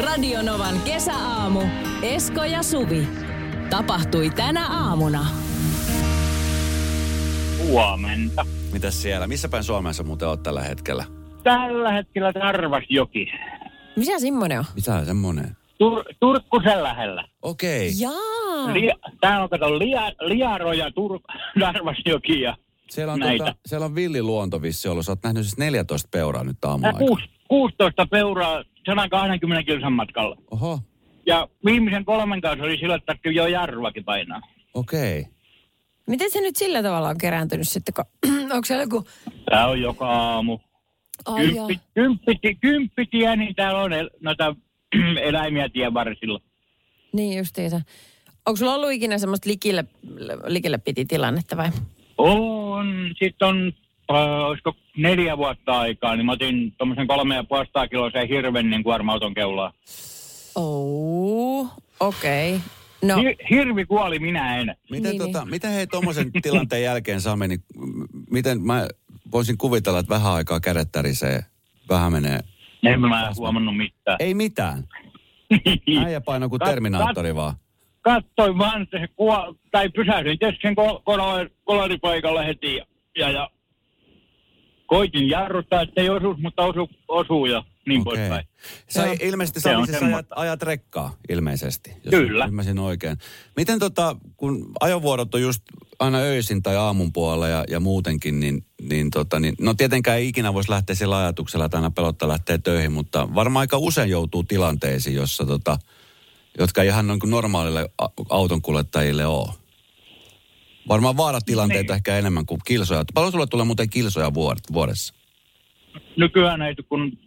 Radionovan kesäaamu. Esko ja Suvi. Tapahtui tänä aamuna. Huomenta. Mitäs siellä? Missä päin Suomessa muuten oot tällä hetkellä? Tällä hetkellä Tarvasjoki. Mikä semmonen on? Mitä semmonen? Tur- Turkkusen lähellä. Okei. Okay. Ah. Jaa. Li- Tää on kato lia- Liaroja, Tur- Tarvasjoki ja Siellä on, näitä. tuota, siellä on villiluonto vissi ollut. Sä oot nähnyt siis 14 peuraa nyt Tää No aamuaikana. kuus- 16 peuraa 120 kilsan matkalla. Oho, Ja viimeisen kolmen kanssa oli sillä, että jo jarvakin painaa. okei. Okay. Miten se nyt sillä tavalla on kerääntynyt sitten, kun onko siellä joku... Tää on joka aamu. Ai joo. Kymppi, kymppi, kymppitie, niin täällä on el- noita eläimiä tien varsilla. Niin justiinsa. Onko sulla ollut ikinä semmoista likille, likille piti tilannetta vai? On, sitten on, äh, olisiko neljä vuotta aikaa, niin mä otin tuommoisen kolme ja puolesta kiloisen hirven niin kuorma-auton keulaa. Oh, okei. Okay. No, Hi- hirvi kuoli, minä en. Miten, niin, Niin, tota, niin. miten hei tuommoisen tilanteen jälkeen Sami, niin m- miten mä voisin kuvitella, että vähän aikaa kädet tärisee, vähän menee. En mä huomannut mitään. Ei mitään. Äijä paino kuin Niin. Kat- Terminaattori vaan. Katsoin vaan, että se kuo- tai pysähdyin kesken ko- kolo- kolaripaikalla heti ja, ja, ja koitin jarruttaa, ettei osu, mutta osu, osuu ja niin okay. Okei. poispäin. Sä Joo. ilmeisesti Se sä on siis semmo- ajat, ajat rekkaa, ilmeisesti. Jos Kyllä. Ymmärsin oikein. Miten tota, kun ajovuorot on just aina öisin tai aamun puolella ja, ja muutenkin, niin, niin, tota, niin no tietenkään ei ikinä voisi lähteä sillä ajatuksella, että aina pelottaa lähteä töihin, mutta varmaan aika usein joutuu tilanteisiin, jossa tota, jotka ei ihan noin kuin normaalille a- autonkuljettajille ole. Varmaan vaaratilanteita niin. ehkä enemmän kuin kilsoja. Paljon sulle tulee muuten kilsoja vuor- vuodessa? Nykyään ei tule kun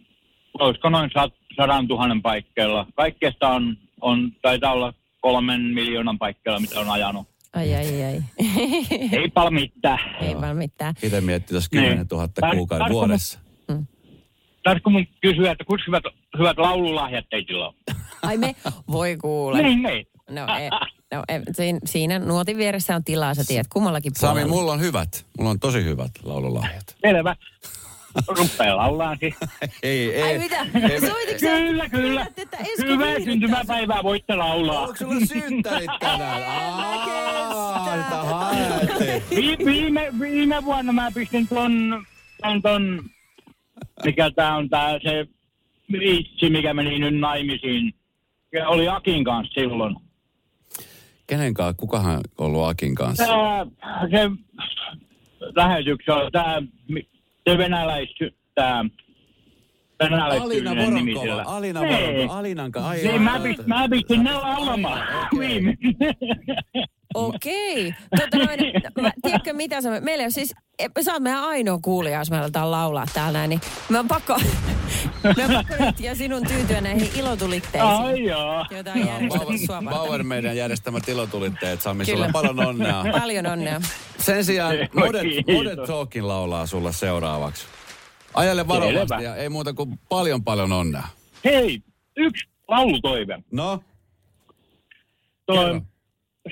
olisiko noin sat, sadan tuhannen paikkeilla. Kaikkeesta on, on, taitaa olla kolmen miljoonan paikkeilla, mitä on ajanut. ai ai ai. Ei pal mitään. Ei vaan mitään. Itse miettii tuossa Niin. 10 000 Tar- kuukauden tarkoitus- vuodessa. Saisiko mun kysyä, että kuinka hyvät, hyvät laululahjat teillä on? Ai me, voi kuule. Niin, niin. No, ei, no ei, siin- siinä nuotin vieressä on tilaa, sä tiedät, kummallakin Sami, puolella. mulla on hyvät. Mulla on tosi hyvät laululahjat. Selvä. Ruppee laulaan siis. ei, ei. Ai mitä? Soititko sä? Kyllä, kyllä. Että- että Esko Hyvää viihdyttää syntymäpäivää voitte laulaa. Onko sulla synttärit tänään? Aa, sitä haettiin. Vi, viime, viime vuonna mä pistin ton, ton, ton mikä tää on tää se vitsi, mikä meni nyt naimisiin. Ja oli Akin kanssa silloin. Kenen kanssa? Kukahan on ollut Akin kanssa? Tää, se lähetyksessä on tää, mi- se venäläis, tää, Alina venäläistyylinen Voronkova. nimisellä. Alina Ei. Voronkova. Alinan kanssa. Ai, Ei, ai, mä, ai. pist, mä pistin ne laulamaan. Viime. Okei. Tota noin, mä, tiedätkö mitä sä, meillä on siis, e- sä oot meidän ainoa kuulija, jos me aletaan laulaa täällä näin, niin mä oon pakko, mä oon pakko nyt ja sinun tyytyä näihin ilotulitteisiin, Ai joo. joita on järjestetty sua Bauer, varten. Bauer meidän järjestämä tilotulitteet, Sami, sulla Kyllä. on paljon onnea. Paljon onnea. Sen sijaan Modet, Kiitos. Modet Talkin laulaa sulla seuraavaksi. Ajale varovasti Selvä. ja ei muuta kuin paljon paljon onnea. Hei, yksi laulutoive. No, Toi Kerro.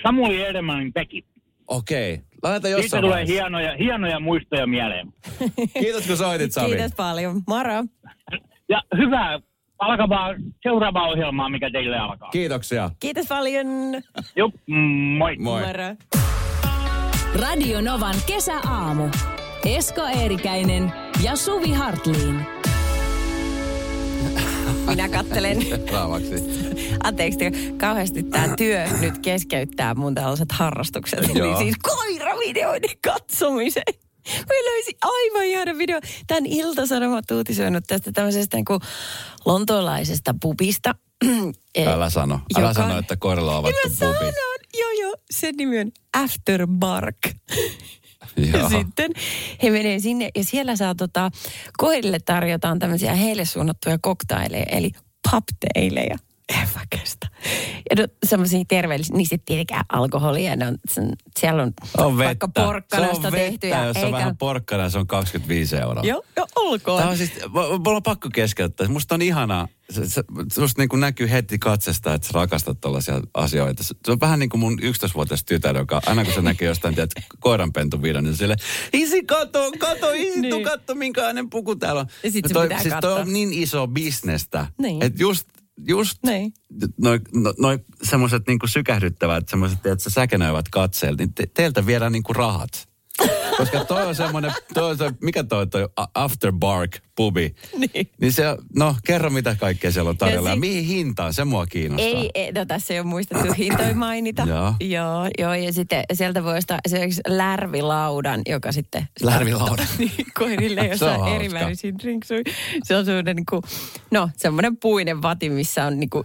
Samuli Edelmanin Peki. okei. Okay. Laita Siitä jossain tulee vaiheessa. hienoja, hienoja muistoja mieleen. Kiitos kun soitit, Sami. Kiitos paljon. Moro. Ja hyvää alkavaa seuraavaa ohjelmaa, mikä teille alkaa. Kiitoksia. Kiitos paljon. Jup, moi. Moi. Moro. Radionovan kesäaamu. Esko Eerikäinen ja Suvi Hartliin. Minä kattelen. Seuraavaksi. Anteeksi, te- kauheasti Äh. tämä työ nyt keskeyttää mun tällaiset harrastukset. Joo. Niin siis koiravideoiden katsomisen. Mä löysin aivan ihana video. Tämän Ilta-Sanomat uutisoinut tästä tämmöisestä niin kuin lontolaisesta pubista. Eh, Älä sano. Älä joka- sano, että koiralla on avattu Niin mä pubi. sanon. Joo, joo. Sen nimi on After Bark. Ja Joo. sitten he menee sinne ja siellä saa tota, koirille tarjotaan tämmöisiä heille suunnattuja koktaileja, eli popteileja. En mä kestä. Ja no, semmoisia terveellisiä, niin sitten tietenkään alkoholia. Ne on, sen, siellä on, On vettä. vaikka porkkanasta se on tehty. vettä, ja jos on vähän porkkana, se on 25 euroa. Joo, joo, olkoon. Tämä on siis, m- m- mulla on pakko keskeyttää. Musta on ihanaa. Se, se, susta niin kuin näkyy heti katsesta, että sä rakastat tällaisia asioita. Se, se on vähän niin kuin mun 11-vuotias tytär, joka aina kun se näkee jostain tiedät, koiranpentun videon, niin sille, isi kato, kato, isi niin. tuu katso, minkälainen puku täällä on. Ja sit No se pitää siis toi katsoa. on niin iso bisnestä, Niin. että just just Niin. noin no, noi semmoiset niinku sykähdyttävät, semmoiset, että säkenöivät katseelta, niin te, teiltä viedään niinku rahat. Koska toi on semmoinen, toi on se, mikä toi toi a- after bark pubi. Niin. Niin se, no kerro mitä kaikkea siellä on tarjolla ja, sit- mihin hintaan, se mua kiinnostaa. Ei, ei, no tässä ei ole muistettu hintoja mainita. Joo. joo, joo, ja sitten sieltä voi ostaa esimerkiksi lärvilaudan, joka sitten... Lärvilaudan. niin, koirille, Se on jossa on hauska. eri värisiä drinksuja. Se on semmoinen niin kuin, no semmoinen puinen vati, missä on niin kuin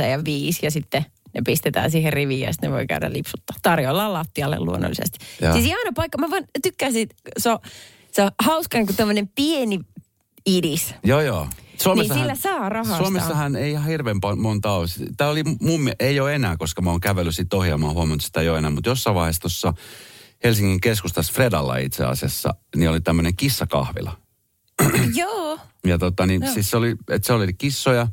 ja viisi ja sitten ne pistetään siihen riviin ja sitten ne voi käydä lipsuttaa. Tarjoillaan lattialle luonnollisesti. Joo. Joo. Siis ihana paikka, mä vaan tykkäsin, siitä. se on, se on hauska niin kuin tämmöinen pieni idis. Joo, joo. Suomessahan- Niin sillä saa rahastaa. Suomessahan ei ihan hirveän pa- monta ole. Tämä oli mun, mie- ei ole enää, koska mä oon kävellyt siitä ohi ja mä oon huomannut, että sitä ei ole enää. Mutta jossain vaiheessa tuossa Helsingin keskustassa Fredalla itse asiassa, niin oli tämmöinen kissakahvila. Joo. Ja tota, niin, siis se oli, että se oli kissoja,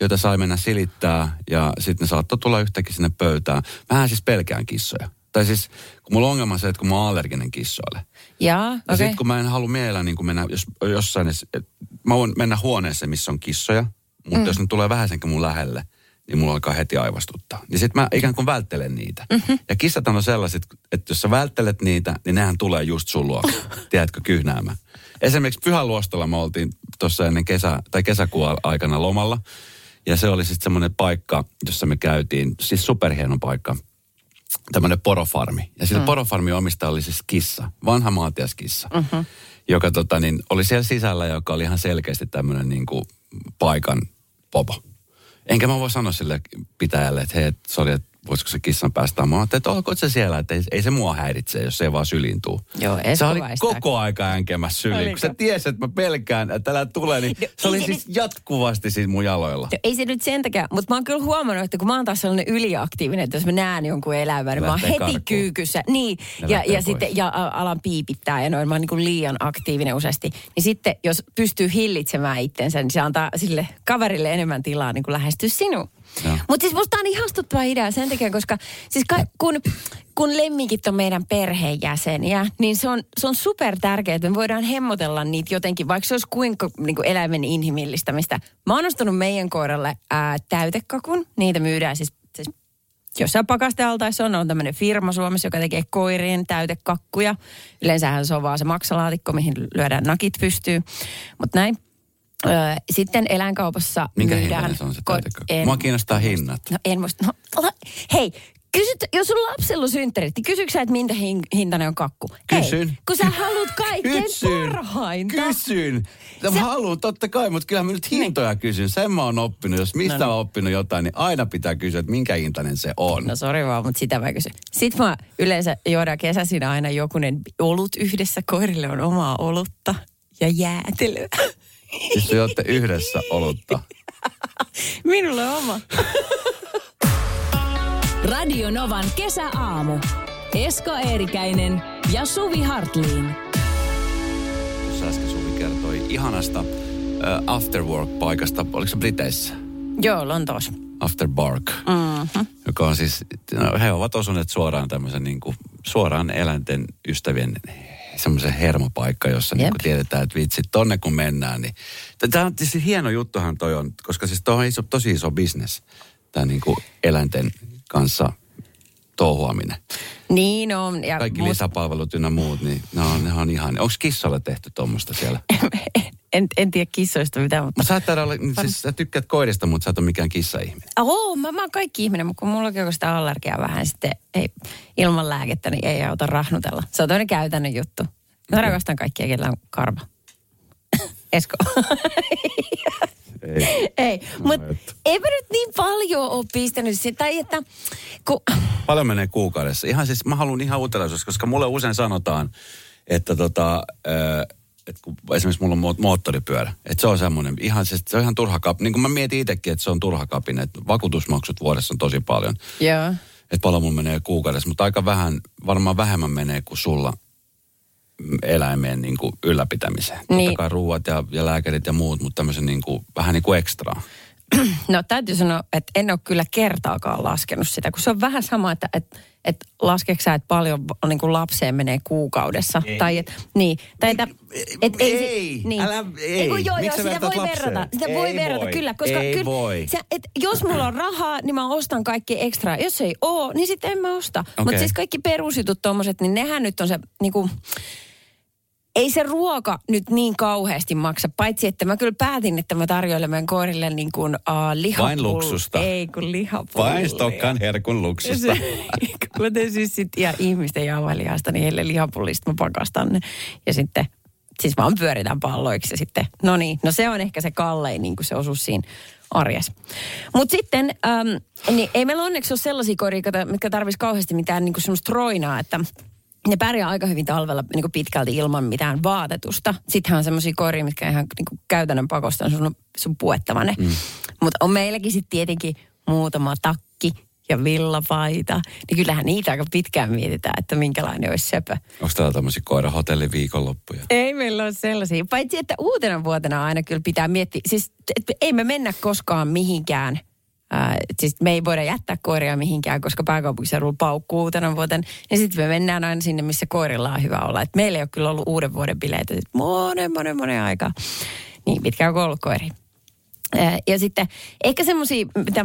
joita sai mennä silittää ja sitten ne saattoi tulla yhtäkkiä sinne pöytään. Mähän siis pelkään kissoja. Tai siis, kun mulla on ongelma se, että kun mä oon allerginen kissoille. Jaa, Ja okei. sitten kun mä en halua mielellä niin mennä jos, jossain, edes- et, mä voin mennä huoneeseen, missä on kissoja, mutta mm. jos ne tulee vähäisenkin mun lähelle, niin mulla alkaa heti aivastuttaa. Niin sitten mä ikään kuin välttelen niitä. Mm-hmm. Ja kissat on sellaiset, että jos sä välttelet niitä, niin nehän tulee just sun luokse. Tiedätkö, kyhnäämään. Esimerkiksi Pyhäluostolla me oltiin tuossa ennen kesä, tai kesäkuun aikana lomalla. Ja se oli sitten semmoinen paikka, jossa me käytiin, siis superhieno paikka tämmöinen porofarmi. Ja sillä mm. porofarmi omistaja oli siis kissa, vanha maatiaskissa, mm-hmm. joka tota, niin, oli siellä sisällä, joka oli ihan selkeästi tämmöinen niin kuin, paikan popo. Enkä mä voi sanoa sille pitäjälle, että hei, et, sori, että voisiko se kissan päästä. Mä ajattelin, että olkoon se siellä, että ei, ei se mua häiritse, jos se ei vaan syliin tuu. Joo, se Esko oli väistää. koko aika änkemässä syliin, kun Oliko? se tiesi, että mä pelkään, että älä tule, niin No, se oli ei se siis jatkuvasti siinä mun jaloilla. No ei se nyt sen takia, mutta mä oon kyllä huomannut, että kun mä oon taas sellainen yliaktiivinen, että jos mä näen jonkun elävän, niin mä oon Lähtee heti karkuun. kyykyssä. Niin, Ne ja, lähtee ja pois. sitten ja a- alan piipittää ja noin, mä oon niin kuin liian aktiivinen useasti. Niin sitten, jos pystyy hillitsemään itsensä, niin se antaa sille kaverille enemmän tilaa niin kuin lähestyä sinua. Joo. Mutta siis musta on ihastuttava idea sen takia, koska siis ka- kun, kun lemmikit on meidän perheenjäseniä, niin se on, se on super tärkeää, että me voidaan hemmotella niitä jotenkin, vaikka se olisi kuinka niin kuin eläimen inhimillistämistä. Mä oon ostanut meidän koiralle ää, täytekakun, niitä myydään siis, siis jossain pakastealtaissa on, on tämmöinen firma Suomessa, joka tekee koirien täytekakkuja. Yleensähän se on vaan se maksalaatikko, mihin lyödään nakit pystyyn, mutta näin. Öö, Sitten eläinkaupassa Minkä myydään... hintainen se on se ko- täytekakku? en- Mua kiinnostaa hinnat. No en muista. No, la- hei, kysyt, jos sun lapsella on synttärit, niin kysytkö sä, että minkä hin, hintainen on kakku? Kysyn. Hei, kun sä haluat kaikkein parhainta. Niin. Kysyn. Mä Sä- haluan totta kai, mutta kyllähän mä nyt hintoja kysyn. Sen mä oon oppinut. Jos No mistä mä oon oppinut jotain, niin aina pitää kysyä, että minkä hintainen se on. No sori vaan, mutta sitä mä kysyn. Sitten mä yleensä juodaan kesäisin aina jokunen olut yhdessä. Koirille on omaa olutta ja jäätelöä. Siis niin. te olette yhdessä olutta. Minulla on oma. Radio Novan kesäaamu. Esko Eerikäinen ja Suvi Hartliin. Tuossa äsken Suvi kertoi ihanasta äh, afterwork-paikasta. Oliko se Briteissä? Joo, Lontoossa. After Bark, mm-hmm. joka on siis, no, he ovat osuneet suoraan tämmöisen niin kuin, suoraan eläinten ystävien semmoisen hermopaikka, jossa niin Jep. kuin tiedetään, että vitsi, tonne kun mennään, niin tämä on siis hieno juttuhan toi on, koska siis toi on iso, tosi iso bisnes, tämä niin kuin eläinten kanssa touhuaminen. Niin on. Ja Kaikki mut- lisäpalvelut ynnä muut, niin ne on, ne on ihan, onko kissalle tehty tuommoista siellä? en, en tiedä kissoista mitään, mutta Mutta sä, et taida olla, siis, sä tykkäät koirista, mutta sä et ole mikään kissaihminen. Oo, mä, mä oon kaikki ihminen, mutta kun mullakin on sitä allergiaa vähän sitten ei, ilman lääkettä, niin ei auta rahnutella. Se on toinen käytännön juttu. Mä rakastan kaikkia, kenellä on karva. Esko. Ei, ei. mutta No et. eipä nyt niin paljon ole pistänyt sitä, tai että kun, Paljon menee kuukaudessa. Ihan siis, mä haluan ihan uteliaisuus, koska mulle usein sanotaan, että tota, ö, et kun esimerkiksi mulla on mo- moottoripyörä, että se on semmoinen, ihan, siis, se on ihan turha kapin. Niin kuin mä mietin itsekin, että se on turha kapin, että vakuutusmaksut vuodessa on tosi paljon. Joo. Että paljon mulla menee kuukaudessa, mutta aika vähän, varmaan vähemmän menee kuin sulla mm, eläimeen niin kuin ylläpitämiseen. Niin. Totta Niin. kai ruuat ja, ja lääkärit ja muut, mutta tämmöisen niin kuin, vähän niin kuin ekstraa. No täytyy sanoa, että en ole kyllä kertaakaan laskenut sitä, kun se on vähän sama, että et, et laskeeko sä, että paljon niin kuin lapseen menee kuukaudessa. Ei. Tai et, niin, tai että, et, se- Ei, niin. älä- ei. kun joo, Miksi joo, sä sitä vertaat voi lapseen? verrata. Sitä Ei voi verrata, voi. kyllä. Koska Ei kyllä, voi. Se, et, jos mulla on rahaa, niin mä ostan kaikki ekstraa. Jos ei oo, niin sitten en mä osta. Okay. Okei. Mutta siis kaikki perusjutut tommoset, niin nehän nyt on se niin kuin, ei se ruoka nyt niin kauheasti maksa, paitsi että mä kyllä päätin, että mä tarjoilen meidän koirille niin kuin uh, lihapullia. luksusta. Ei kun lihapullia. Paistokkaan herkun luksusta. Se- kun mä teen siis sit ja ihmisten jauhelihasta, niin heille lihapullista mä pakastan ne. Ja sitten, siis vaan pyöritän palloiksi ja sitten, no niin, no se on ehkä se kallein niin kuin se osuus siinä arjes. Mutta sitten, äm, niin ei meillä onneksi ole sellaisia koiria, kata- mitkä tarvitsisi kauheasti mitään niin kuin semmoista roinaa, että ne pärjää aika hyvin talvella niin kuin pitkälti ilman mitään vaatetusta. Sittenhän on semmoisia koiria, mitkä ihan niin kuin käytännön pakosta on sun, sun puettava ne. Mm. Mutta on meilläkin sitten tietenkin muutama takki ja villapaita. Niin kyllähän niitä aika pitkään mietitään, että minkälainen olisi söpö. Onko täällä tämmöisiä koirahotelli viikonloppuja? Ei meillä ole sellaisia. Paitsi, että uutena vuotena aina kyllä pitää miettiä. Siis et, ei me mennä koskaan mihinkään. Äh, siis me ei voida jättää koiria mihinkään, koska pääkaupunkiseudulla paukkuu uutena vuoten. Ja sitten me mennään aina sinne, missä koirilla on hyvä olla. Et meillä ei ole kyllä ollut uuden vuoden bileitä sit monen, monen, monen aikaa. Niin pitkään kuin on ollut koiria. Äh, Ja sitten ehkä semmoisia, mitä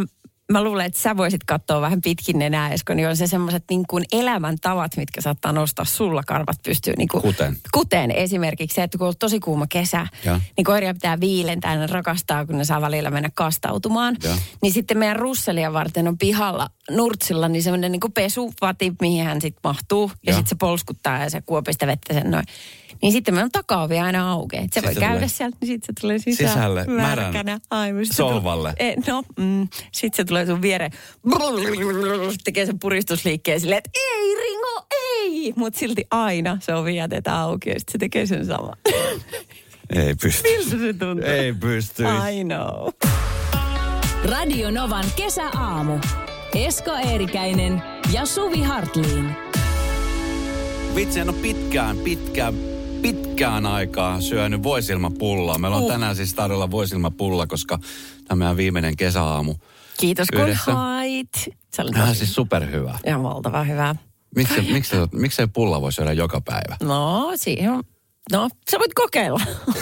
mä luulen, että sä voisit katsoa vähän pitkin nenää, Esko, niin on se semmoiset niin kuin elämäntavat, mitkä saattaa nostaa sulla karvat pystyyn. Niin kuin, Kuten? Kuten esimerkiksi se, että kun on tosi kuuma kesä, Ja. ja. niin koiria pitää viilentää, ne rakastaa, kun ne saa välillä mennä kastautumaan. Ja. Niin sitten meidän russelia varten on pihalla nurtsilla niin semmoinen niin kuin pesuvati, mihin hän sitten mahtuu. Ja, Ja. sitten se polskuttaa ja se kuopista vettä sen noin. Niin sitten meillä on takaovi aina auki. Et se Sit voi se käydä tulee- sieltä, niin sitten se tulee sisään. Sisälle, märän Märkänä aimista. sohvalle. E, no, mm, sitten se tulee sun viereen. Tekee sen puristusliikkeen silleen, että ei Ringo, ei. Mutta silti aina se ovi jätetään auki ja sitten se tekee sen saman. Ei pysty. Miltä se tuntuu? Ei pysty. I know. Radio Novan kesäaamu. Esko Eerikäinen ja Suvi Hartliin. Vitsi, en ole pitkään, pitkään, pitkään aikaa syönyt voisilmapullaa. Meillä on uh. tänään siis tarjolla voisilmapulla, koska tämä on meidän viimeinen kesäaamu. Kiitos kun Yhdessä. hait. Se oli Tämä on tosi- siis superhyvä. ihan valtava hyvä. Miksi, miksi, miksi pulla voi syödä joka päivä? No, siihen on... No, sä voit kokeilla.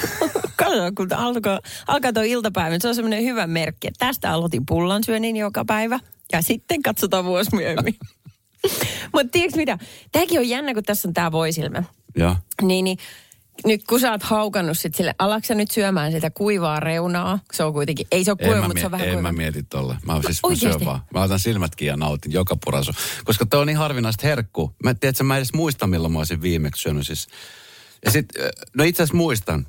Katsotaan, kun alkaa, alkaa tuo iltapäivä. Se on semmoinen hyvä merkki, että tästä aloitin pullan syönnin joka päivä. Ja sitten katsotaan vuosi myöhemmin. Mutta tiedätkö mitä? Tämäkin on jännä, kun tässä on tämä voisilmä. Joo. Niin, niin nyt kun sä oot haukannut sit sille, alaksa nyt syömään sitä kuivaa reunaa? kun Se on kuitenkin, ei se ole kuiva, mutta se on vähän en kuiva. mä mieti tolle. Mä, siis, mä Oikeesti? syön vaan. Mä otan silmätkin ja nautin joka purasu. Koska toi on niin harvinaista herkku. Mä, tiedätkö, mä en edes muista, milloin mä olisin viimeksi syönyt siis. Ja sit, ö, no itse asiassa muistan.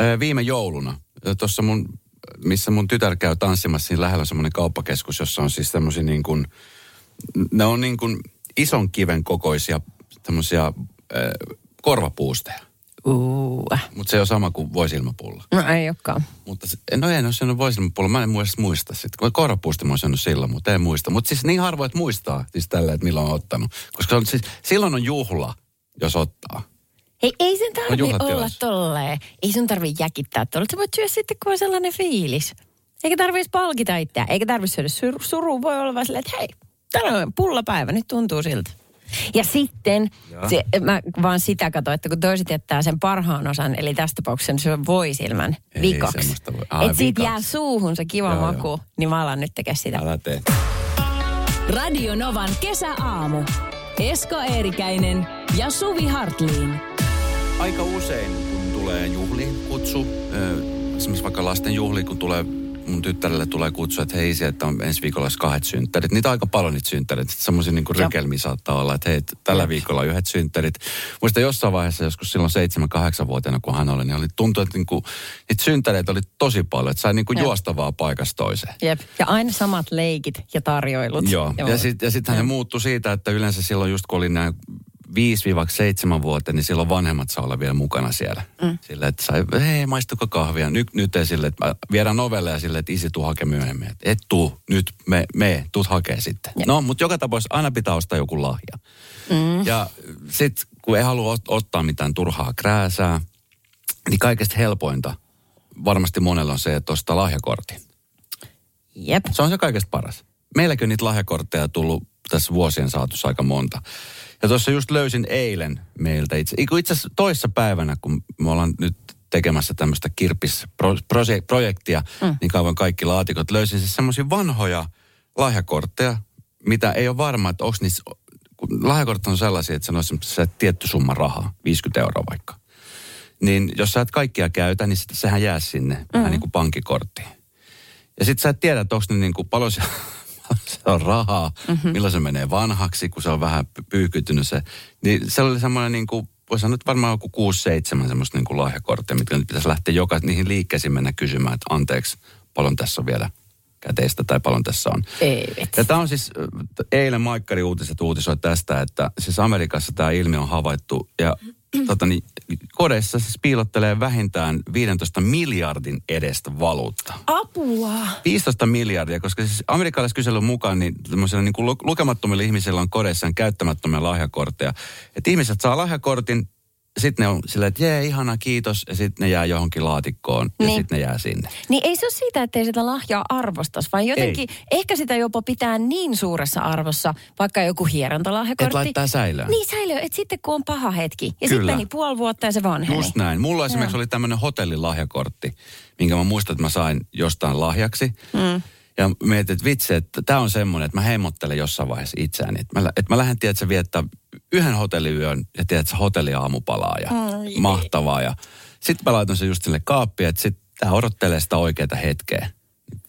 Ö, Viime jouluna, tuossa mun, missä mun tytär käy tanssimassa, siinä lähellä on semmoinen kauppakeskus, jossa on siis tämmöisiä niin kuin, ne on niin kuin ison kiven kokoisia tämmöisiä ö, korvapuusteja. Uu, äh. Mutta se on sama kuin voisilmapulla. No ei olekaan. Mutta se- no en ole syönyt voisilmapulla, mä en muista muista sitten. Kun koirapuusti mä oon syönyt silloin, mutta en muista. Mutta siis niin harvoin, että muistaa siis tällä, että milloin on ottanut. Koska se on, siis, silloin on juhla, jos ottaa. Hei, ei sen On tarvi juhlatilaisuus. olla tolleen. Ei sun tarvi jäkittää tuolla. Sä voit syödä sitten, kun on sellainen fiilis. Eikä tarvi edes palkita itseään. Eikä tarvi syödä sur- surua. Voi olla vaan silleen, että hei, tänään on pullapäivä. Nyt tuntuu siltä. Ja sitten, se, mä vaan sitä katsoin, että kun toiset jättää sen parhaan osan, eli tässä tapauksessa niin sen syö voisilmän Ei vikaksi. semmoista voi- Ai, Että siitä vikaksi. jää suuhun se kiva Joo, joo. maku, niin mä alan nyt tekemään sitä. Älä tee. Radio Novan kesäaamu. Esko Eerikäinen ja Suvi Hartliin. Aika usein, kun tulee juhli, kutsu, ö, esimerkiksi vaikka lasten juhli, kun tulee mun tyttärelle tulee kutsu, että hei isi, että on ensi viikolla olisi kahdet synttärit. Niitä on aika paljon niitä synttärit. Semmoisia niin Joo. rykelmiä saattaa olla, että hei, t- tällä viikolla on yhdet synttärit. Muista jossain vaiheessa joskus silloin 7-8-vuotiaana, kun hän oli, niin oli, tuntui, että niin kuin, niitä synttäreitä oli tosi paljon. Että sai niin kuin Joo. juosta vaan paikasta toiseen. Jep. Ja aina samat leikit ja tarjoilut. Joo, ja, sit, ja sittenhän se muuttui siitä, että yleensä silloin just kun oli nämä 5-7 vuotta, niin silloin vanhemmat saa olla vielä mukana siellä. Mm. Sillä, että sai, hei, maistuko kahvia? Nyt, nyt ei sille, että mä viedään ovelle ja sille, että isi tuu hakee myöhemmin. Et, et tuu, nyt me, me tuut hakee sitten. Jep. No, mutta joka tapauksessa aina pitää ostaa joku lahja. Mm. Ja sitten kun ei halua ot- ottaa mitään turhaa krääsää, niin kaikesta helpointa varmasti monella on se, että ostaa lahjakortin. Jep. Se on se kaikesta paras. Meilläkin on niitä lahjakortteja tullut tässä vuosien saatossa aika monta. Ja tuossa just löysin eilen meiltä itse, ei kun itse asiassa toissa päivänä, kun me ollaan nyt tekemässä tämmöistä kirppisprojektia, mm. niin kauan kaikki laatikot. Löysin siis semmoisia vanhoja lahjakortteja, mitä ei ole varma, että onko niissä, kun lahjakortit on sellaisia, että se on semmoisessa tietty summa rahaa, 50 euroa vaikka. Niin jos sä et kaikkia käytä, niin sit, sehän jää sinne, mm. vähän niin kuin pankkikorttiin. Ja sit sä et tiedä, että onko ne niin kuin paljon se, se on rahaa, mm-hmm. milloin se menee vanhaksi, kun se on vähän py- pyyhkytynyt se. Niin se oli semmoinen niin kuin, voisi sanoa, että varmaan joku 6-7 semmoista niin kuin lahjakorttia, mitkä nyt pitäisi lähteä joka, niihin liikkeisiin mennä kysymään, että anteeksi, paljon tässä on vielä käteistä tai paljon tässä on. Ei vitsi. Ja tämä on siis, äh, t- eilen Maikkari uutiset uutisoi tästä, että siis Amerikassa tämä ilmiö on havaittu ja Mm. tota niin, kodeissa siis piilottelee vähintään 15 miljardin edestä valuutta. Ah. Apua. 15 miljardia, koska siis amerikkalaiskyselyn mukaan niin, tämmöisillä niin kuin lu- lukemattomilla ihmisillä on kodeissaan käyttämättömiä lahjakortteja. Et ihmiset saa lahjakortin, sitten ne on silleen, että jee, ihana, kiitos, ja sitten ne jää johonkin laatikkoon, ja Niin. sitten ne jää sinne. Niin ei se ole siitä, ettei sitä lahjaa arvostaisi, vaan jotenkin ehkä sitä jopa pitää niin suuressa arvossa, vaikka joku hierontalahjakortti. Et laittaa säilöön. Niin säilöön, että sitten kun on paha hetki. Ja Kyllä. sitten meni puoli vuotta ja se vanheni. Just näin. Mulla esimerkiksi oli tämmöinen hotellilahjakortti, minkä mä muistan, että mä sain jostain lahjaksi. Mm. Ja mietin, että vitsi, että tämä on semmoinen, että mä hemmottelen jossain vaiheessa itseäni. Että mä, lä- että mä lähden, tiedätkö, viettää yhden hotelliyön ja tiedätkö, hotelliaamupalaa ja Ai. mahtavaa. Ja sitten mä laitan sen just sinne kaappiin, että sit tää odottelee sitä oikeaa hetkeä.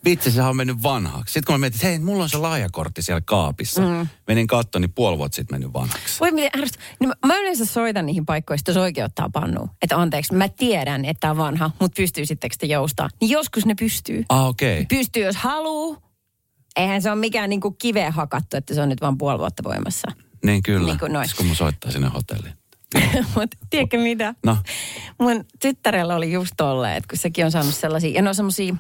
Vitsi, sehän on mennyt vanhaksi. Sitten kun mä mietin, että hei, mulla on se lahjakortti siellä kaapissa. Mm. Menin kattoon, niin puoli vuotta sitten mennyt vanhaksi. Voi miten ärsyt. No, mä- mä yleensä soitan niihin paikkoihin, että se oikeuttaa pannuun. Että anteeksi, mä tiedän, että tämä on vanha, mutta pystyy sittenkö sitä joustaa. Niin joskus ne pystyy. Ah, okei. Okay. Pystyy, jos haluu. Eihän se ole mikään niinku kiveen hakattu, että se on nyt vain puoli vuotta voimassa. Niin kyllä. Niin kuin noin. Siis kun mun soittaa sinne hotelliin. Mutta tiedätkö mitä? No. Mun tyttärellä oli just tolleen, että kun sekin on saanut sellaisia, ja ne on sellaisia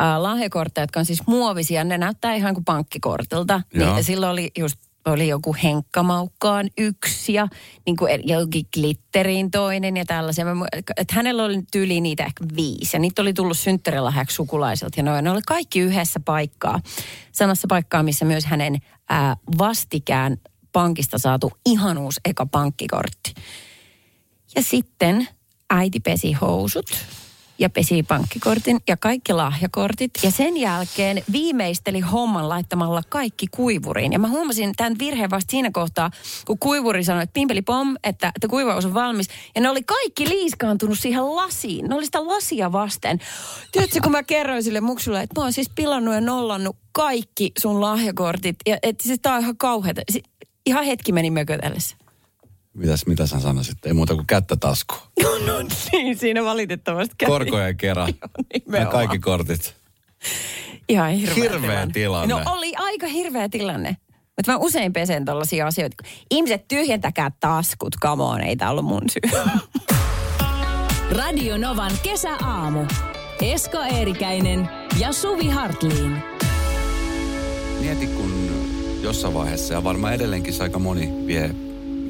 äh, lahjakortteja, jotka on siis muovisia, ne näyttää ihan kuin pankkikortilta. Joo. Niin, silloin oli just oli joku henkkamaukkaan yksi ja niin kuin jokin glitteriin toinen ja tällaisia. Mä mu- Et hänellä oli tyyli niitä ehkä viisi ja niitä oli tullut synttärilahjaksi sukulaisilta ja noin. Ne oli kaikki yhdessä paikkaa, samassa paikkaa, missä myös hänen ää, vastikään pankista saatu ihanuus eka pankkikortti. Ja sitten äiti pesi housut ja pesi pankkikortin ja kaikki lahjakortit. Ja sen jälkeen viimeisteli homman laittamalla kaikki kuivuriin. Ja mä huomasin tämän virheen vasta siinä kohtaa, kun kuivuri sanoi, että pimpeli pom, että, että kuivaus on valmis. Ja ne oli kaikki liiskaantunut siihen lasiin. Ne oli sitä lasia vasten. Tiedätkö, kun mä kerroin sille muksulle, että mä oon siis pilannut ja nollannut kaikki sun lahjakortit. Ja että siis tää on ihan kauheata. Si- Ihan hetki meni mökötellessä. Mitäs, mitä sä sanoisit? Ei muuta kuin kättä tasku. No, no niin, siinä valitettavasti kävi. Korkoja kerran. Ja nimenomaan. kaikki kortit. Ihan hirveä, Hirveä tilanne. No oli aika hirveä tilanne. Mutta mä usein pesen tällaisia asioita. Ihmiset, tyhjentäkää taskut. Come on, ei tää ollut mun syy. Radio Novan kesäaamu. Esko Eerikäinen ja Suvi Hartliin. Mieti, kun jossain vaiheessa, ja varmaan edelleenkin se aika moni vie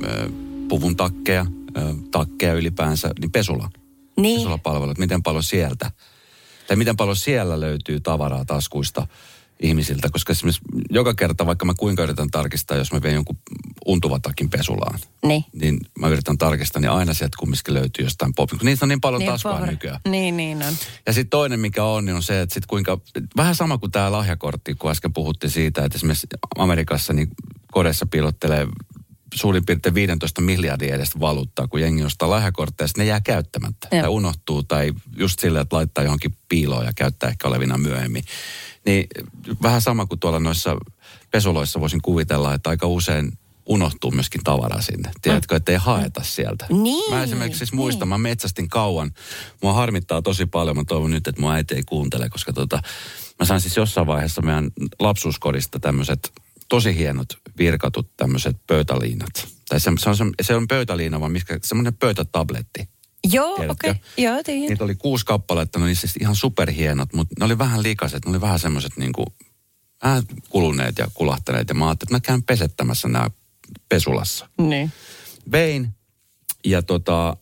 ö, puvun takkeja, ö, takkeja ylipäänsä, niin pesula. niin, Pesulapalvelut, miten paljon sieltä, tai miten paljon siellä löytyy tavaraa taskuista ihmisiltä, koska esimerkiksi joka kerta, vaikka mä kuinka yritän tarkistaa, jos mä vien jonkun untuvatakin pesulaan, niin. niin mä yritän tarkistaa, niin aina sieltä kumminkin löytyy jostain popin, kun niistä on niin paljon Niin, taskua power. nykyään. Niin, niin on. Ja sitten toinen, mikä on, niin on se, että sit kuinka, vähän sama kuin tämä lahjakortti, kun äsken puhuttiin siitä, että esimerkiksi Amerikassa niin kodessa piilottelee suurin piirtein 15 miljardia edestä valuuttaa, kun jengi ostaa lahjakortteja, sit ne jää käyttämättä Joo. tai unohtuu tai just sillä, että laittaa johonkin piiloon ja käyttää ehkä olevina myöhemmin. Niin vähän sama kuin tuolla noissa pesuloissa voisin kuvitella, että aika usein unohtuu myöskin tavara sinne. Tiedätkö, että ei haeta sieltä. Mm. Niin. Mä esimerkiksi siis muistan, mä metsästin kauan. Mua harmittaa tosi paljon. Mä toivon nyt, että mun äiti ei kuuntele, koska tota, mä sain siis jossain vaiheessa meidän lapsuuskodista tämmöiset tosi hienot virkatut tämmöiset pöytäliinat. Tai se, se, on, se, se on pöytäliina, vaan mikä, semmoinen pöytätabletti. Joo, okei. Tiedätkö? Okay. Joo, tiedän. Niitä oli kuusi kappaletta, ne oli siis ihan superhienot, mutta ne oli vähän likaiset, ne oli vähän semmoiset niinku, vähän kuluneet ja kulahtaneet. Ja mä ajattelin, että mä käyn pesettämässä nämä pesulassa Niin. vein ja tota,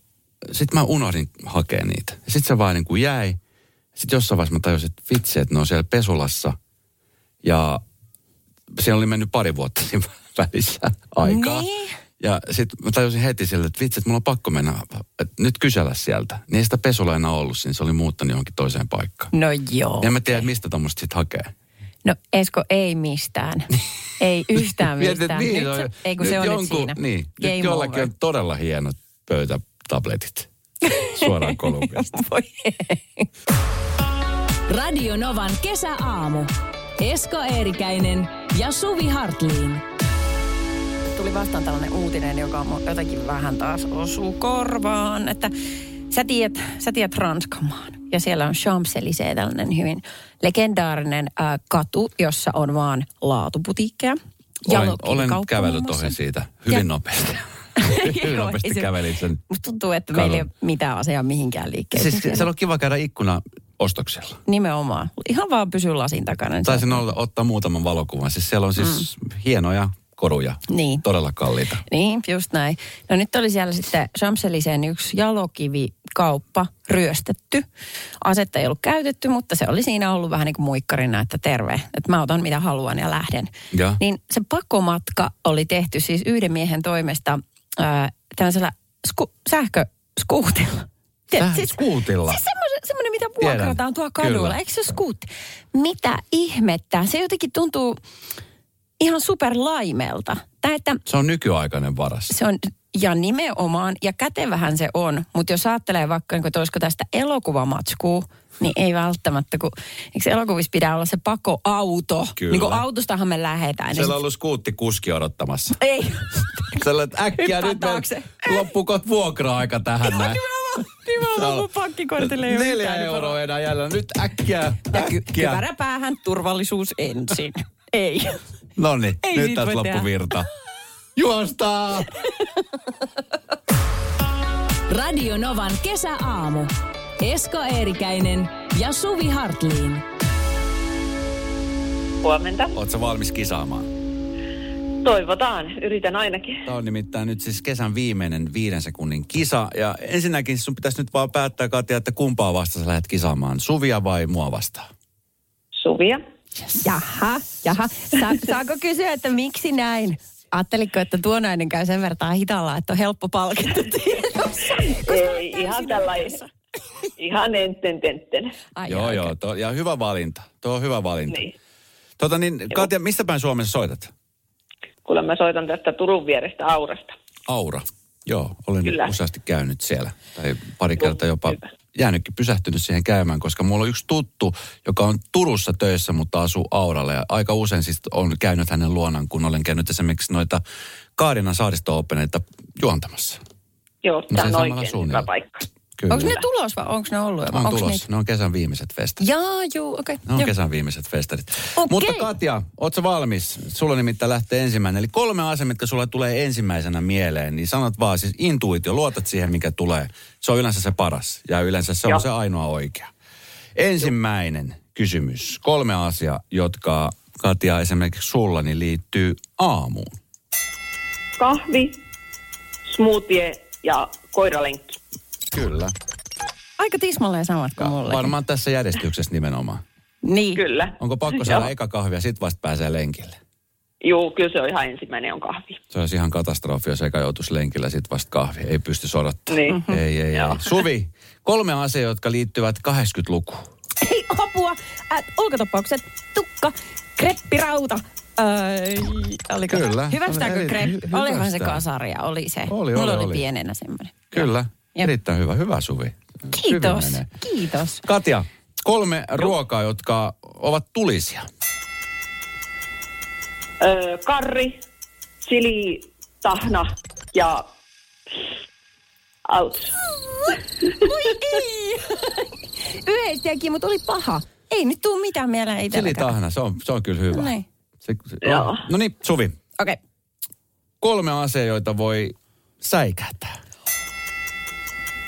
sit mä unohdin hakea niinku niitä. Sitten se vaan niin kuin jäi. Sitten jossain vaiheessa mä tajusin, että vitsi, että ne on siellä pesulassa. Ja se oli mennyt pari vuotta siinä välissä aikaa. Niin. Ja sitten mä tajusin heti sille, että vitsi, että mulla on pakko mennä, että nyt kysellä sieltä. Niin ei sitä pesulla enää ollut siinä, se oli muuttanut johonkin toiseen paikkaan. No joo. Ja mä tiedän, että mistä tuommoista sitten hakee. No Esko, ei mistään. ei yhtään Mietit, mistään. niin, nyt se, on- ei kun se on nyt siinä. Niin, nyt Game jollakin over. on todella hienot pöytätabletit suoraan Kolumbiasta. Voi Radio Novan kesäaamu. Esko Eerikäinen ja Suvi Hartliin. tuli vastaan tällainen uutinen, joka mu- jotenkin vähän taas osuu korvaan, että sä tiedät, sä tiedät Ranskamaan. Ja siellä on champs tällainen hyvin legendaarinen äh, katu, jossa on vaan laatuputiikkeja. Olen, Jalokin olen kauppa muun kävellyt muassa. ohi siitä hyvin Ja- nopeasti. hyvin Joo, nopeasti ei se- kävelin sen. Musta tuntuu, että Kadun. meillä ei ole mitään asiaa mihinkään liikkeeseen. Siis se on kiva käydä ikkuna ostoksella. Nimenomaan. Ihan vaan pysy lasin takana. niin se- Taisin olla, ottaa muutaman valokuvan. Siis siellä on siis mm. hienoja koruja. Niin. Todella kalliita. Niin, just näin. No nyt oli siellä sitten Samseliseen yksi jalokivikauppa ryöstetty. Asetta ei ollut käytetty, mutta se oli siinä ollut vähän niin kuin muikkarina, että terve, että mä otan mitä haluan ja lähden. Ja. Niin se pakomatka oli tehty siis yhden miehen toimesta ää, tällaisella sku- sähköskuutilla. Tiedät, Säh- skuutilla? Siis semmoinen, semmoinen, mitä Tiedän. vuokrataan tuolla kadulla. Kyllä. Eikö se ole skuutti? Mitä ihmettä? Se jotenkin tuntuu ihan superlaimelta. Tai että Se on nykyaikainen varas. se on, ja nimenomaan, ja kätevähän se on, mutta jos ajattelee vaikka, niin toisko tästä elokuvamatskuu, niin ei välttämättä, kun eikö se elokuvissa pidä olla se pakoauto? Kyllä. Niin kun autostahan me lähdetään. Siellä on niin ollut skuuttikuski odottamassa. sit- Ei, Sä olet äkkiä Hyppää nyt taakse. me- loppukoot vuokra-aika tähän näin. Hyvä, Täällä- mun pankkikortille ei ole Neljä mitään, niin euroa enää jäljellä. Nyt äkkiä, Ja ky- äkkiä. kypärä päähän, turvallisuus ensin. Ei. No niin, Ei nyt siitä taas voi tehdä. loppuvirta. Juostaa! Radio Novan kesäaamu. Esko Eerikäinen ja Suvi Hartliin. Huomenta. Oletko valmis kisaamaan? Toivotaan. Yritän ainakin. Tämä on nimittäin nyt siis kesän viimeinen viiden sekunnin kisa. Ja ensinnäkin sun pitäisi nyt vaan päättää, Katja, että kumpaa vasta sä lähdet kisaamaan. Suvia vai mua vastaan? Suvia. Jaha, jaha. Sa- saako kysyä, että miksi näin? Ajatteliko, että tuo nainen käy sen verran hitaalla, että on helppo palkinto tiedossa? Ei, ihan tällainen. Ihan enten tentten. Ai, joo, ai, joo. To, ja hyvä valinta. Tuo on hyvä valinta. Niin. Tota niin, Katja, mistä päin Suomessa soitat? Kuule mä soitan tästä Turun vierestä Aurasta. Aura. Joo, olen Kyllä. Kyllä. useasti käynyt siellä. Tai pari No, kertaa jopa hyvä. jäänytkin pysähtynyt siihen käymään, koska mulla on yksi tuttu, joka on Turussa töissä, mutta asuu Auralla. Ja aika usein siis on käynyt hänen luonaan, kun olen käynyt esimerkiksi noita Kaarinan saaristo juontamassa. Joo, No tämä se on samalla oikein suunnilla. hyvä paikka. Kyllä. Onko ne tulos vai onko ne ollut? jo? on Onks tulossa. niitä? Ne on kesän viimeiset festat. Jaa, juu, okei. Ne No, on Joo. kesän viimeiset festarit. Okei. Mutta Katja, ootko valmis? Sulla nimittäin lähtee ensimmäinen. Eli kolme asiaa, mitkä sulle tulee ensimmäisenä mieleen, niin sanot vaan siis intuitio, luotat siihen, mikä tulee. Se on yleensä se paras ja yleensä se on Joo. se ainoa oikea. Ensimmäinen kysymys. Kolme asiaa, jotka Katja esimerkiksi sulla niin liittyy aamuun. Kahvi, smoothie ja koiralenkki. Kyllä. Aika tismalleen samat kuin mulle. Varmaan tässä järjestyksessä nimenomaan. Niin. Kyllä. Onko pakko saada eka kahvia, sit vasta pääsee lenkille? Joo, kyllä se on ihan ensimmäinen on kahvi. Se olisi ihan katastrofi, jos eikä joutuisi lenkillä sit vasta kahvi. Ei pysty sodattamaan. Niin. Ei, ei, ei. Suvi, kolme asiaa, jotka liittyvät 80-lukuun. Hei, apua! Äh, ulkotapaukset, tukka, kreppirauta. Äh, oliko? Kyllä. Hyvästääkö Oli- kreppi? hy- Olihan se hyvästää. kasaria, oli se. Oli, Mulla oli, oli, oli. pienenä semmoinen. Kyllä. Jep. Erittäin hyvä. Hyvä, Suvi. Kiitos, Hyvin menee. kiitos. Katja, kolme ruokaa, jotka ovat tulisia. Öö, karri, sili, tahna ja... Out. Voi ei! Yleistiäkin, mutta oli paha. Ei nyt tuu mitään mieleen itselläkään. Silitahna, se on, se on kyllä hyvä. No niin. Se, se, Joo. No niin, Suvi. Okei. Okay. Kolme asiaa, joita voi säikähtää.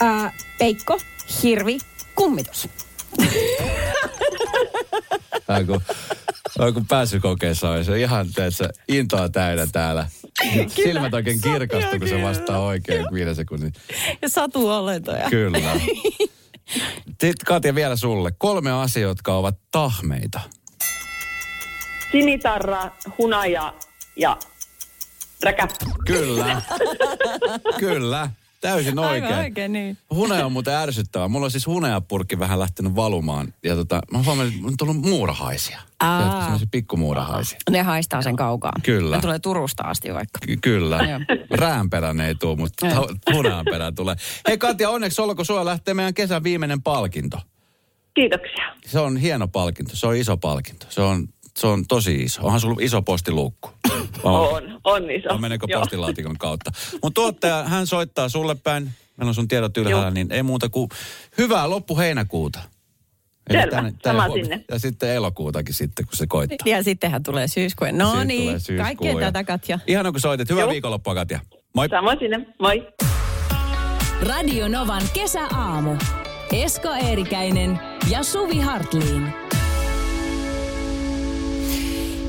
Äh, peikko, hirvi, kummitus. Tää kun, tää kun pääsykokeessa on, se on ihan teetä, intoa täynnä täällä. Silmät oikein Sopii kirkastu, kun se oikein. vastaa oikein viiden sekunnin. Ja satu olentoja. Kyllä. Sitten Katja vielä sulle. Kolme asiaa, jotka ovat tahmeita. Sinitarra, hunaja ja räkä. Kyllä. Kyllä. Täysin Aivan oikein. oikein, niin. Hunaja on muuten ärsyttävää. Mulla on siis hunajapurkki vähän lähtenyt valumaan. Ja tota, mä huomasin, että on tullut muurahaisia. Aa. Tiedätkö, Sellaisia pikkumuurahaisia. Ne haistaa sen kaukaan. Kyllä. Ne tulee Turusta asti vaikka. Ky- Kyllä. Joo. Räänperän ei tule, mutta ta- hunajanperän tulee. Hei Katja, onneksi olkoon sulla lähtee meidän kesän viimeinen palkinto. Kiitoksia. Se on hieno palkinto, se on iso palkinto. Se on, se on tosi iso. Onhan sulla iso postiluukku. Oh. On, on iso. Vai No, meneekö Joo. postilaatikon kautta? Mun tuottaja, hän soittaa sulle päin. Meillä on sun tiedot ylhäällä, Joo. niin ei muuta kuin hyvää loppuheinäkuuta. Selvä, sama sinne. Ja sitten elokuutakin sitten, kun se koittaa. Ja sittenhän tulee syyskuu. Siitä No tulee niin, syyskuu kaikkea ja- tätä Katja. Ihana, kun soitit. Hyvää Joo. viikonloppua, Katja. Moi. Samoin sinne, moi. Radio Novan kesäaamu. Esko Eerikäinen ja Suvi Hartliin.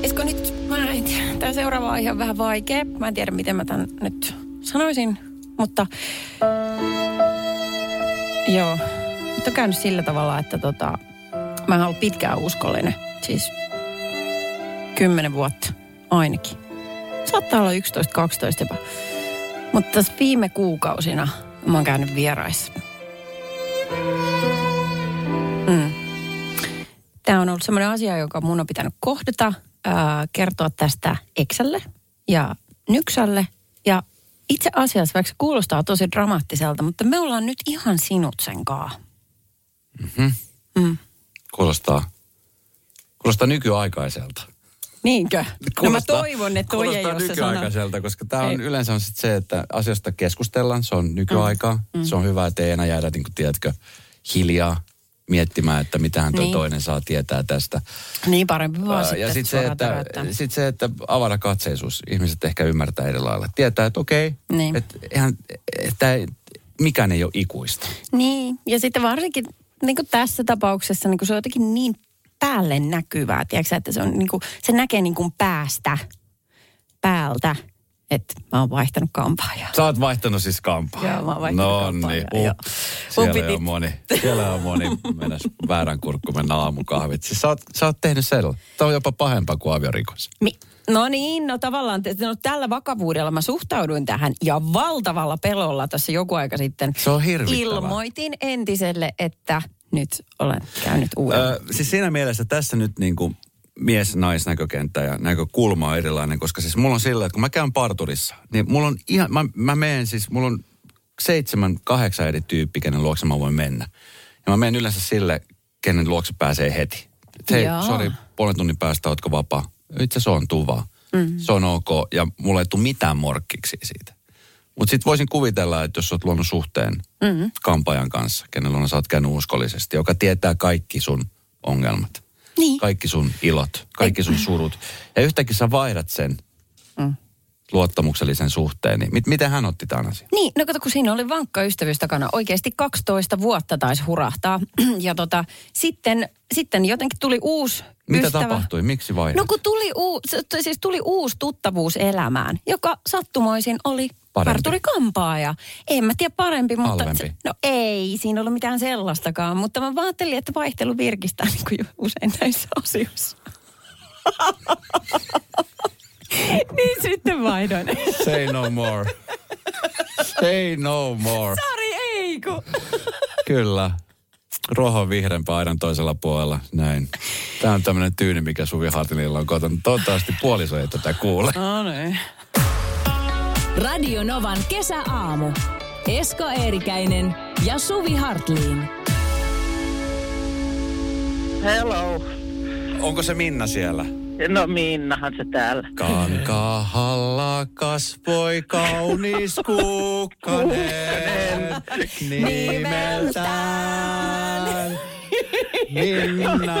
Esko nyt, mä en tiedä, tämä seuraava aihe on vähän vaikea. Mä en tiedä, miten mä tämän nyt sanoisin, mutta joo. Nyt on käynyt sillä tavalla, että tota, mä oon ollut pitkään uskollinen, siis kymmenen vuotta ainakin. Saattaa olla 11-12 jopa. Mutta tässä viime kuukausina mä oon käynyt vieraissa. Mm. Tämä on ollut semmoinen asia, joka mun on pitänyt kohdata, ää, kertoa tästä Eksälle ja Nyksälle. Ja itse asiassa, vaikka se kuulostaa tosi dramaattiselta, mutta me ollaan nyt ihan sinut sen kaa. Kuulostaa, kuulostaa nykyaikaiselta. Niinkö? No mä Kuulostaa- toivon, että toi ei kuulostaa ole se sana. nykyaikaiselta, koska tämä on Ei. yleensä on sit se, että asiasta keskustellaan, se on nykyaikaa. Mm. Se on hyvä, että ei enää jäädä, niin kuin, tiedätkö, hiljaa miettimään, että mitähän tuo Niin. toinen saa tietää tästä. Niin parempi vaan Ää, sitten ja sitten se, suoraan että, täräyttää. sit se, että avara katseisuus, ihmiset ehkä ymmärtää eri lailla. Tietää, että okei, Niin. että eihän, että ei- mikään ei ole ikuista. Niin, ja sitten varsinkin niin kuin tässä tapauksessa niin kuin se on jotenkin niin päälle näkyvää, tiedätkö, sä, että se, on, niin kuin, se näkee niin kuin päästä, päältä, että mä oon vaihtanut kampaajaa. Sä oot vaihtanut siis kampaa. Joo, mä oon vaihtanut kampaa, niin, joo, uh, joo. Mun siellä piti- on moni, siellä on moni mennä väärän kurkku mennä aamukahvit. Siis sä oot, sä oot tehnyt sel. Tämä on jopa pahempaa kuin aviorikos. Mi- no niin, no tavallaan te- no, tällä vakavuudella mä suhtauduin tähän ja valtavalla pelolla tässä joku aika sitten Se on hirvittävää. ilmoitin entiselle, että nyt olen käynyt uudelleen. Ö, siis siinä mielessä tässä nyt niin kuin mies-naisnäkökenttä ja näkökulma on erilainen, koska siis mulla on sillä, että kun mä käyn parturissa, niin mulla on ihan, mä, mä menen siis, mulla on seitsemän, kahdeksan eri tyyppi, kenen luokse mä voin mennä. Ja mä menen yleensä sille, kenen luokse pääsee heti. Et hei, Joo. sori, puolen tunnin päästä ootko vapaa? Itse asiassa on tuvaa. Mm. Se on ok ja mulla ei tule mitään morkkiksi siitä. Mutta sitten voisin kuvitella, että jos sä oot luonut suhteen Mm. mm-hmm. kampajan kanssa, kenellä on sä oot käynyt uskollisesti, joka tietää kaikki sun ongelmat, Niin. kaikki sun ilot, kaikki sun surut. Ja yhtäkkiä sä vaihdat sen Mm. luottamuksellisen suhteen, niin mit, miten hän otti tämän asian? Niin, no kato, kun siinä oli vankka ystävyys takana. Oikeasti 12 vuotta taisi hurahtaa. Ja tota, sitten, sitten jotenkin tuli uusi Mitä ystävä. tapahtui? Miksi vaihdat? No kun tuli, uu, se- t- siis tuli uusi tuttavuus elämään, joka sattumoisin oli Parempi. parturi kampaaja. En mä tiedä parempi, mutta... Halvempi. no ei, siinä ollut mitään sellaistakaan, mutta mä vaan ajattelin, että vaihtelu virkistää niin kuin usein näissä asioissa. niin sitten vaihdoin. Say no more. Say no more. Sari, ei kun... Kyllä. Ruoho on vihreämpää aidan toisella puolella. Näin. Tämä on tämmöinen tyyni, mikä Suvi Hartililla on kotona. Toivottavasti puoliso ei tätä kuule. No niin. Radio Novan kesäaamu. Esko Eerikäinen ja Suvi Hartliin. Hello. Onko se Minna siellä? No Minnahan se täällä. Kankahalla kasvoi kaunis kukkanen nimeltään Minna.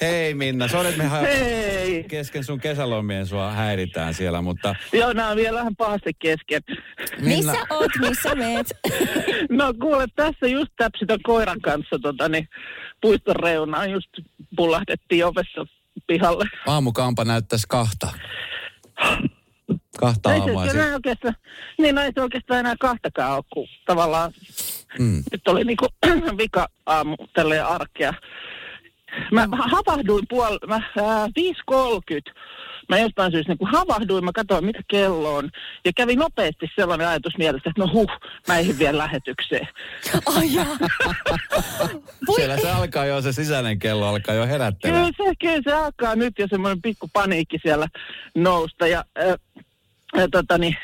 Hei Minna, sori, että me ha- Hei. kesken sun kesälomien sua häiritään siellä, mutta Joo, nämä on vielä vähän pahasti kesken. Minna, Missä oot, missä meet? No kuule, tässä just täpsitön koiran kanssa tota, niin, puiston reunaan just pullahdettiin ovessa pihalle. aamukampa näyttäisi kahta. Kahta Ei se, aamua. kyllä siis. ei oikeastaan, niin no ei se oikeastaan enää kahtakaan ole, kun tavallaan Mm. nyt oli niinku vika aamu tälleen arkea. Mä havahduin puol... Mä, äh, 5.30. Mä jostain syystä niin kun havahduin, mä katsoin mitä kello on. Ja kävi nopeasti sellainen ajatus mielessä, että no huh, mä en vielä lähetykseen. Ai jaa. Voi Siellä se alkaa jo, se sisäinen kello alkaa jo herättää. Kyllä se, kyllä se alkaa nyt ja semmoinen pikku paniikki siellä nousta. Ja, äh, äh, totani,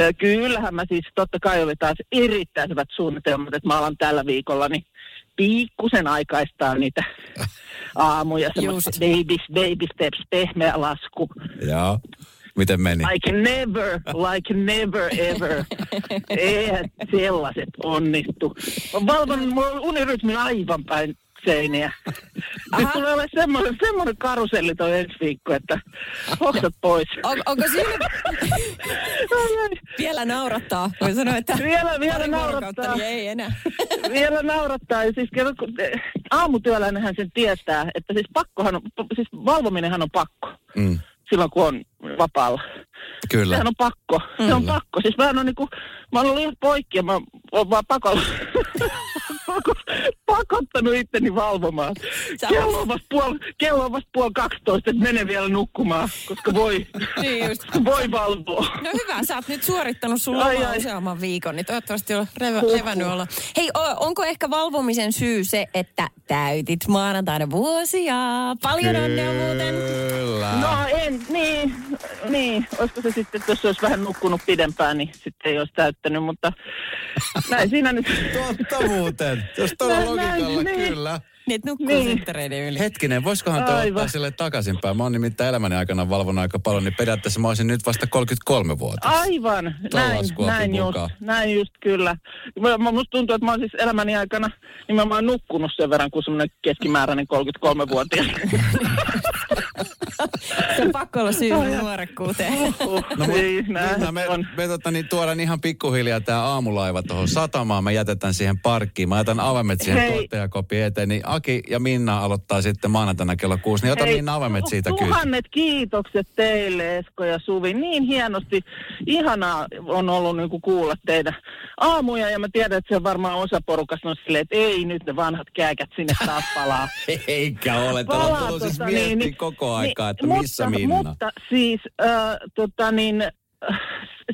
äh, kyllähän mä siis, totta kai oli taas erittäin hyvät suunnitelmat, että mä alan tällä viikolla niin pikkusen aikaistaa niitä aamuja, semmoista Just. baby, baby steps, pehmeä lasku. Joo. Miten meni? Like never, like never ever. Eihän sellaiset onnistu. Mä valvon mun unirytmin aivan päin seiniä. Nyt Aha. tulee olemaan semmoinen, semmoinen karuselli toi ensi viikko, että hoksat pois. On, onko siinä Ai, ai. vielä naurattaa? Voi sanoa, että Vielä- vielä pari vuorokautta, naurattaa. niin ei enää. Vielä naurattaa. Ja siis kerro, kun eh, aamutyöläinenhän sen tietää, että siis pakkohan on, siis valvominenhan on pakko Mm, silloin kun on vapaalla. kyllä. Sehän on pakko. Se on pakko. Siis mä en ole niinku, mä oon ollut ihan poikki ja mä oon vaan pakolla. Pako- pakottanut itteni valvomaan. Sä- Kello on vasta puoli, kello on vasta puoli 12, että mene vielä nukkumaan, koska voi, Niin just. voi valvoa. No hyvä, sä oot nyt suorittanut sun Ai, lomaa ai. useamman viikon, niin toivottavasti on revä, Huhhuh. levännyt olla. Hei, o, onko ehkä valvomisen syy se, että täytit maanantaina vuosia? Paljon onnea muuten. Kyllä. No en, niin, niin. Olisiko se sitten, että jos olisi vähän nukkunut pidempään, niin sitten ei olisi täyttänyt, mutta näin siinä nyt. Totta muuten. Jos tuolla Näin, logiikalla näin, niin. kyllä. Niin, et nukkuu Niin. sittereiden yli. Hetkinen, voisikohan tuo Aivan. ottaa sille takaisinpäin? Mä oon nimittäin elämäni aikana valvonut aika paljon, niin periaatteessa mä olisin nyt vasta 33 vuotta. Aivan, Tuolla näin, laskuopin näin just, mukaan. näin just kyllä. Mä, mä, musta tuntuu, että mä oon siis elämäni aikana nimenomaan nukkunut sen verran kuin semmoinen keskimääräinen 33-vuotias. Se on pakko olla syy nuorekkuuteen. No, mut, Niin, näin Minna, me, on. me tota, niin tuodaan ihan pikkuhiljaa tämä aamulaiva tuohon satamaan. Me jätetään siihen parkkiin. Mä jätän avaimet siihen Hei. tuottajakopin eteen. Niin Aki ja Minna aloittaa sitten maanantaina kello kuusi. Niin ota Hei, niin avaimet siitä kyllä. Tuhannet kiitokset teille Esko ja Suvi. Niin hienosti, ihanaa on ollut niin kuin kuulla teidän aamuja. Ja mä tiedän, että se on varmaan osa porukasta on silleen, että ei nyt ne vanhat kääkät sinne taas palaa. Eikä ole. Täällä on tullut siis tota, miettiä koko aikaa, että missä mutta, Minna. Mutta siis äh, tota niin, äh,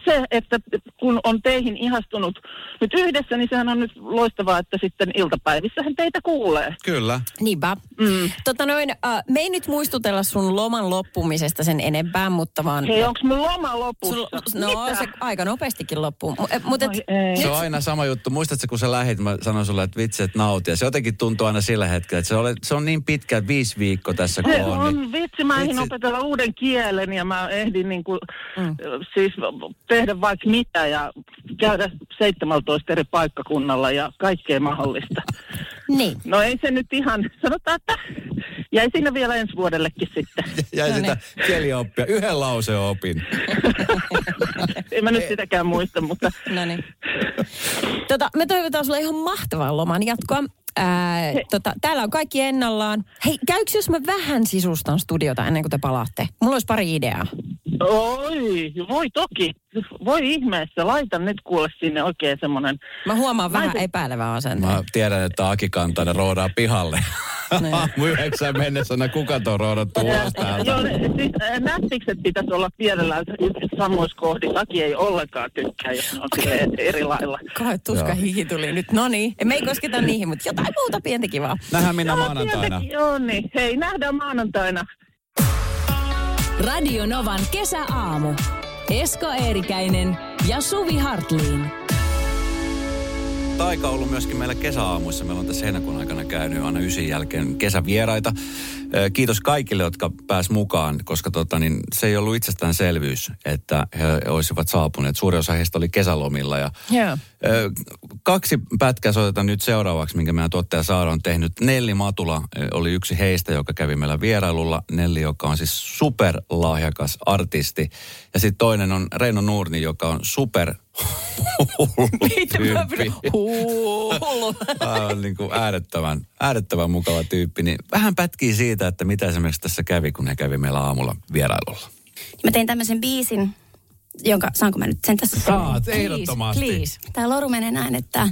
se, että kun on teihin ihastunut nyt yhdessä, niin sehän on nyt loistavaa, että sitten iltapäivissähän teitä kuulee. Kyllä. Niinpä. Mm. Tota noin, äh, me ei nyt muistutella sun loman loppumisesta sen enempää, mutta vaan... Hei, onko mun loma lopussa? Sul, no Mitä? se aika nopeastikin loppuu. Mu- eh, Mut et, Ai ei. Se on aina sama juttu. Muistatko, kun sä lähit, mä sanoin sulle, että vitsi, että nauti. Ja se jotenkin tuntuu aina sillä hetkellä, että se, olet, se on niin pitkä, että viisi viikkoa tässä kun Se on. niin- on, vitsi, mä ehdin Vitsi. opetella uuden kielen ja mä ehdin niin kuin, mm. siis tehdä vaikka mitä ja käydä 17 eri paikkakunnalla ja kaikkea mahdollista. niin. No ei se nyt ihan, sanotaan, että jäi siinä vielä ensi vuodellekin sitten. jäi No niin. sitä kielioppia. Yhden lauseen opin. En mä nyt sitäkään muista, mutta No niin. Tota, me toivotaan sulle ihan mahtavaa loman jatkoa. Ää, tota, täällä on kaikki ennallaan. Hei, käykö jos mä vähän sisustan studiota ennen kuin te palaatte? Mulla olisi pari ideaa. oi, voi toki. Voi ihmeessä, laita nyt kuule sinne oikein semmoinen. Mä huomaan vähän Laitat- epäilevää asenteen. Mä tiedän, että Aki Kantainen roodaa pihalle. Niin. Aamu yhdeksän mennessä, no kuka tuo roodattu ulos täältä? Joo, ne- siis äh, näptikset pitäisi olla pienellä samoissa kohdissa. Aki ei ollenkaan tykkää, jos ne on silleen eri lailla. Kai tuska hiki tuli nyt. No niin, me ei kosketa niihin, mutta jotain muuta pientä kivaa. Nähdään minä maanantaina. Tietenkin, Joo, niin. Hei, nähdään maanantaina. Radio Novan kesäaamu. Esko Eerikäinen ja Suvi Hartliin. Taika on ollut myöskin meillä kesäaamuissa. Meillä on tässä heinäkuun aikana käynyt aina ysin jälkeen kesävieraita. Ö, Kiitos kaikille, jotka pääs mukaan, koska tota, niin, se ei ollut itsestäänselvyys, että he olisivat saapuneet. Suuri osa heistä oli kesälomilla ja Joo. Ö, Kaksi pätkää soitetaan nyt seuraavaksi, minkä meidän tuottaja Saara on tehnyt. Nelli Matula ö, oli yksi heistä, joka kävi meillä vierailulla. Nelli, joka on siis superlahjakas artisti. Ja sitten toinen on Reino Nurni, joka on super Mitä mä tyyppi. Hullu. Aivan niin kuin äärettömän, äärettömän mukava tyyppi. Niin vähän pätkii siitä, että mitä esimerkiksi tässä kävi, kun he kävi meillä aamulla vierailulla. Mä tein tämmöisen biisin, jonka saanko mä nyt sen tässä? Saat Please, please. Tää loru menee näin, että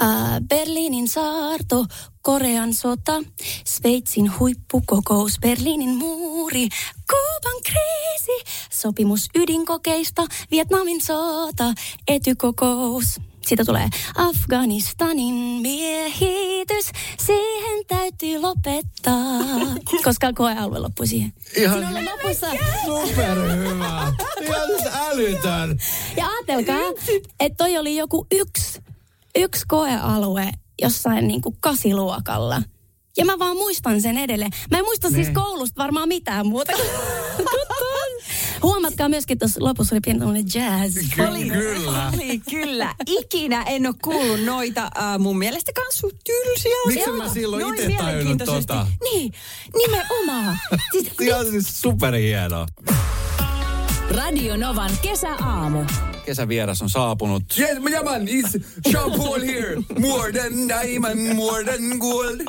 Ää, Berliinin saarto, Korean sota, Sveitsin huippukokous, Berliinin muuri, Kuuban kriisi, sopimus ydinkokeista, Vietnamin sota, etykokous. Siitä tulee Afganistanin niin miehitys, siihen täytyy lopettaa, koska koealue loppui siihen. Ihan Siinä oli lopussa. superhyvä. Ihan siis älytön. Ja ajatelkaa, että toi oli joku yksi, yksi koealue jossain niin kuin kasiluokalla. Ja mä vaan muistan sen edelleen. Mä en muista siis koulusta varmaan mitään muuta. Huomatkaa myöskin, että tuossa lopussa oli pieni tämmöinen jazz. Ky- kyllä. Oli Niin, kyllä. Ikinä en ole kuullut noita äh, mun mielestä kans suht tylsiä Miksi asioita. mä silloin Noin ite tajunnut mielenkiintoisesti. tota? Niin, nimenomaan. siis, Ihan siis superhienoa. Radio Novan kesäaamu. Kesävieras on saapunut. Yes, my man, it's Jean-Paul here. More than diamond, more than gold.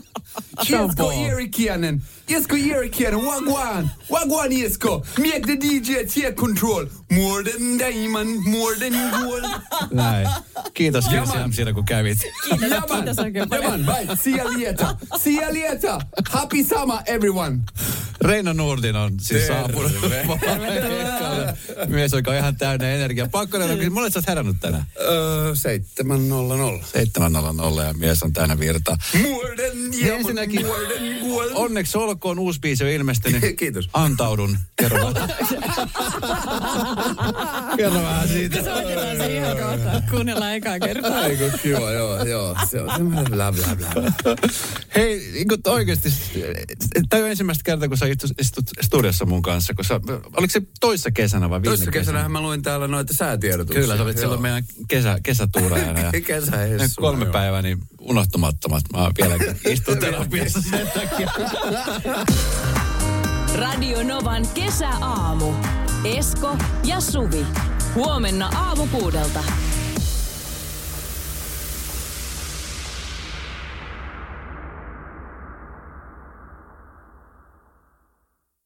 Jesko Erikianen. Jesko Erikianen, wagwan. Wagwan, Jesko. Make the DJ take control. More than diamond, more than gold. Näin. Kiitos Kirsi siitä, kun kävit. Jaman, jaman, bye. See you later. See you later. Happy summer, everyone. Reino Nurdin on siis saapunut. Mies, joka on ihan täynnä energiaa. Pakko nähdä, kyllä mulle sä oot herännyt tänään. Öö, 700. 7.00 ja mies on täynnä virtaa. More than diamond, Ensinnäkin- more than gold. Onneksi olkoon uusi biisi on ilmestynyt. Kiitos. Antaudun. Kerro vähän. Kerro vähän siitä. Soitellaan se ihan kohta. Kuunnellaan ekaa kertaa. Ai kun kiva, joo, joo. Se on semmoinen bla bla bla. Hei, niin kun oikeasti, tämä on ensimmäistä kertaa, kun sä istut, istut studiossa mun kanssa. Kun sä, oliko se toissa kesänä vai viime Toissa kesänähän mä luin täällä noita säätiedotuksia. Kyllä, sä olit silloin meidän kesä, kesätuurajana. Ja Kesä ne Hessu, kolme joo. päivää, niin unohtumattomat. Mä vieläkin istun terapiassa sen takia. Radio Novan kesäaamu. Esko ja Suvi. Huomenna aamu kuudelta.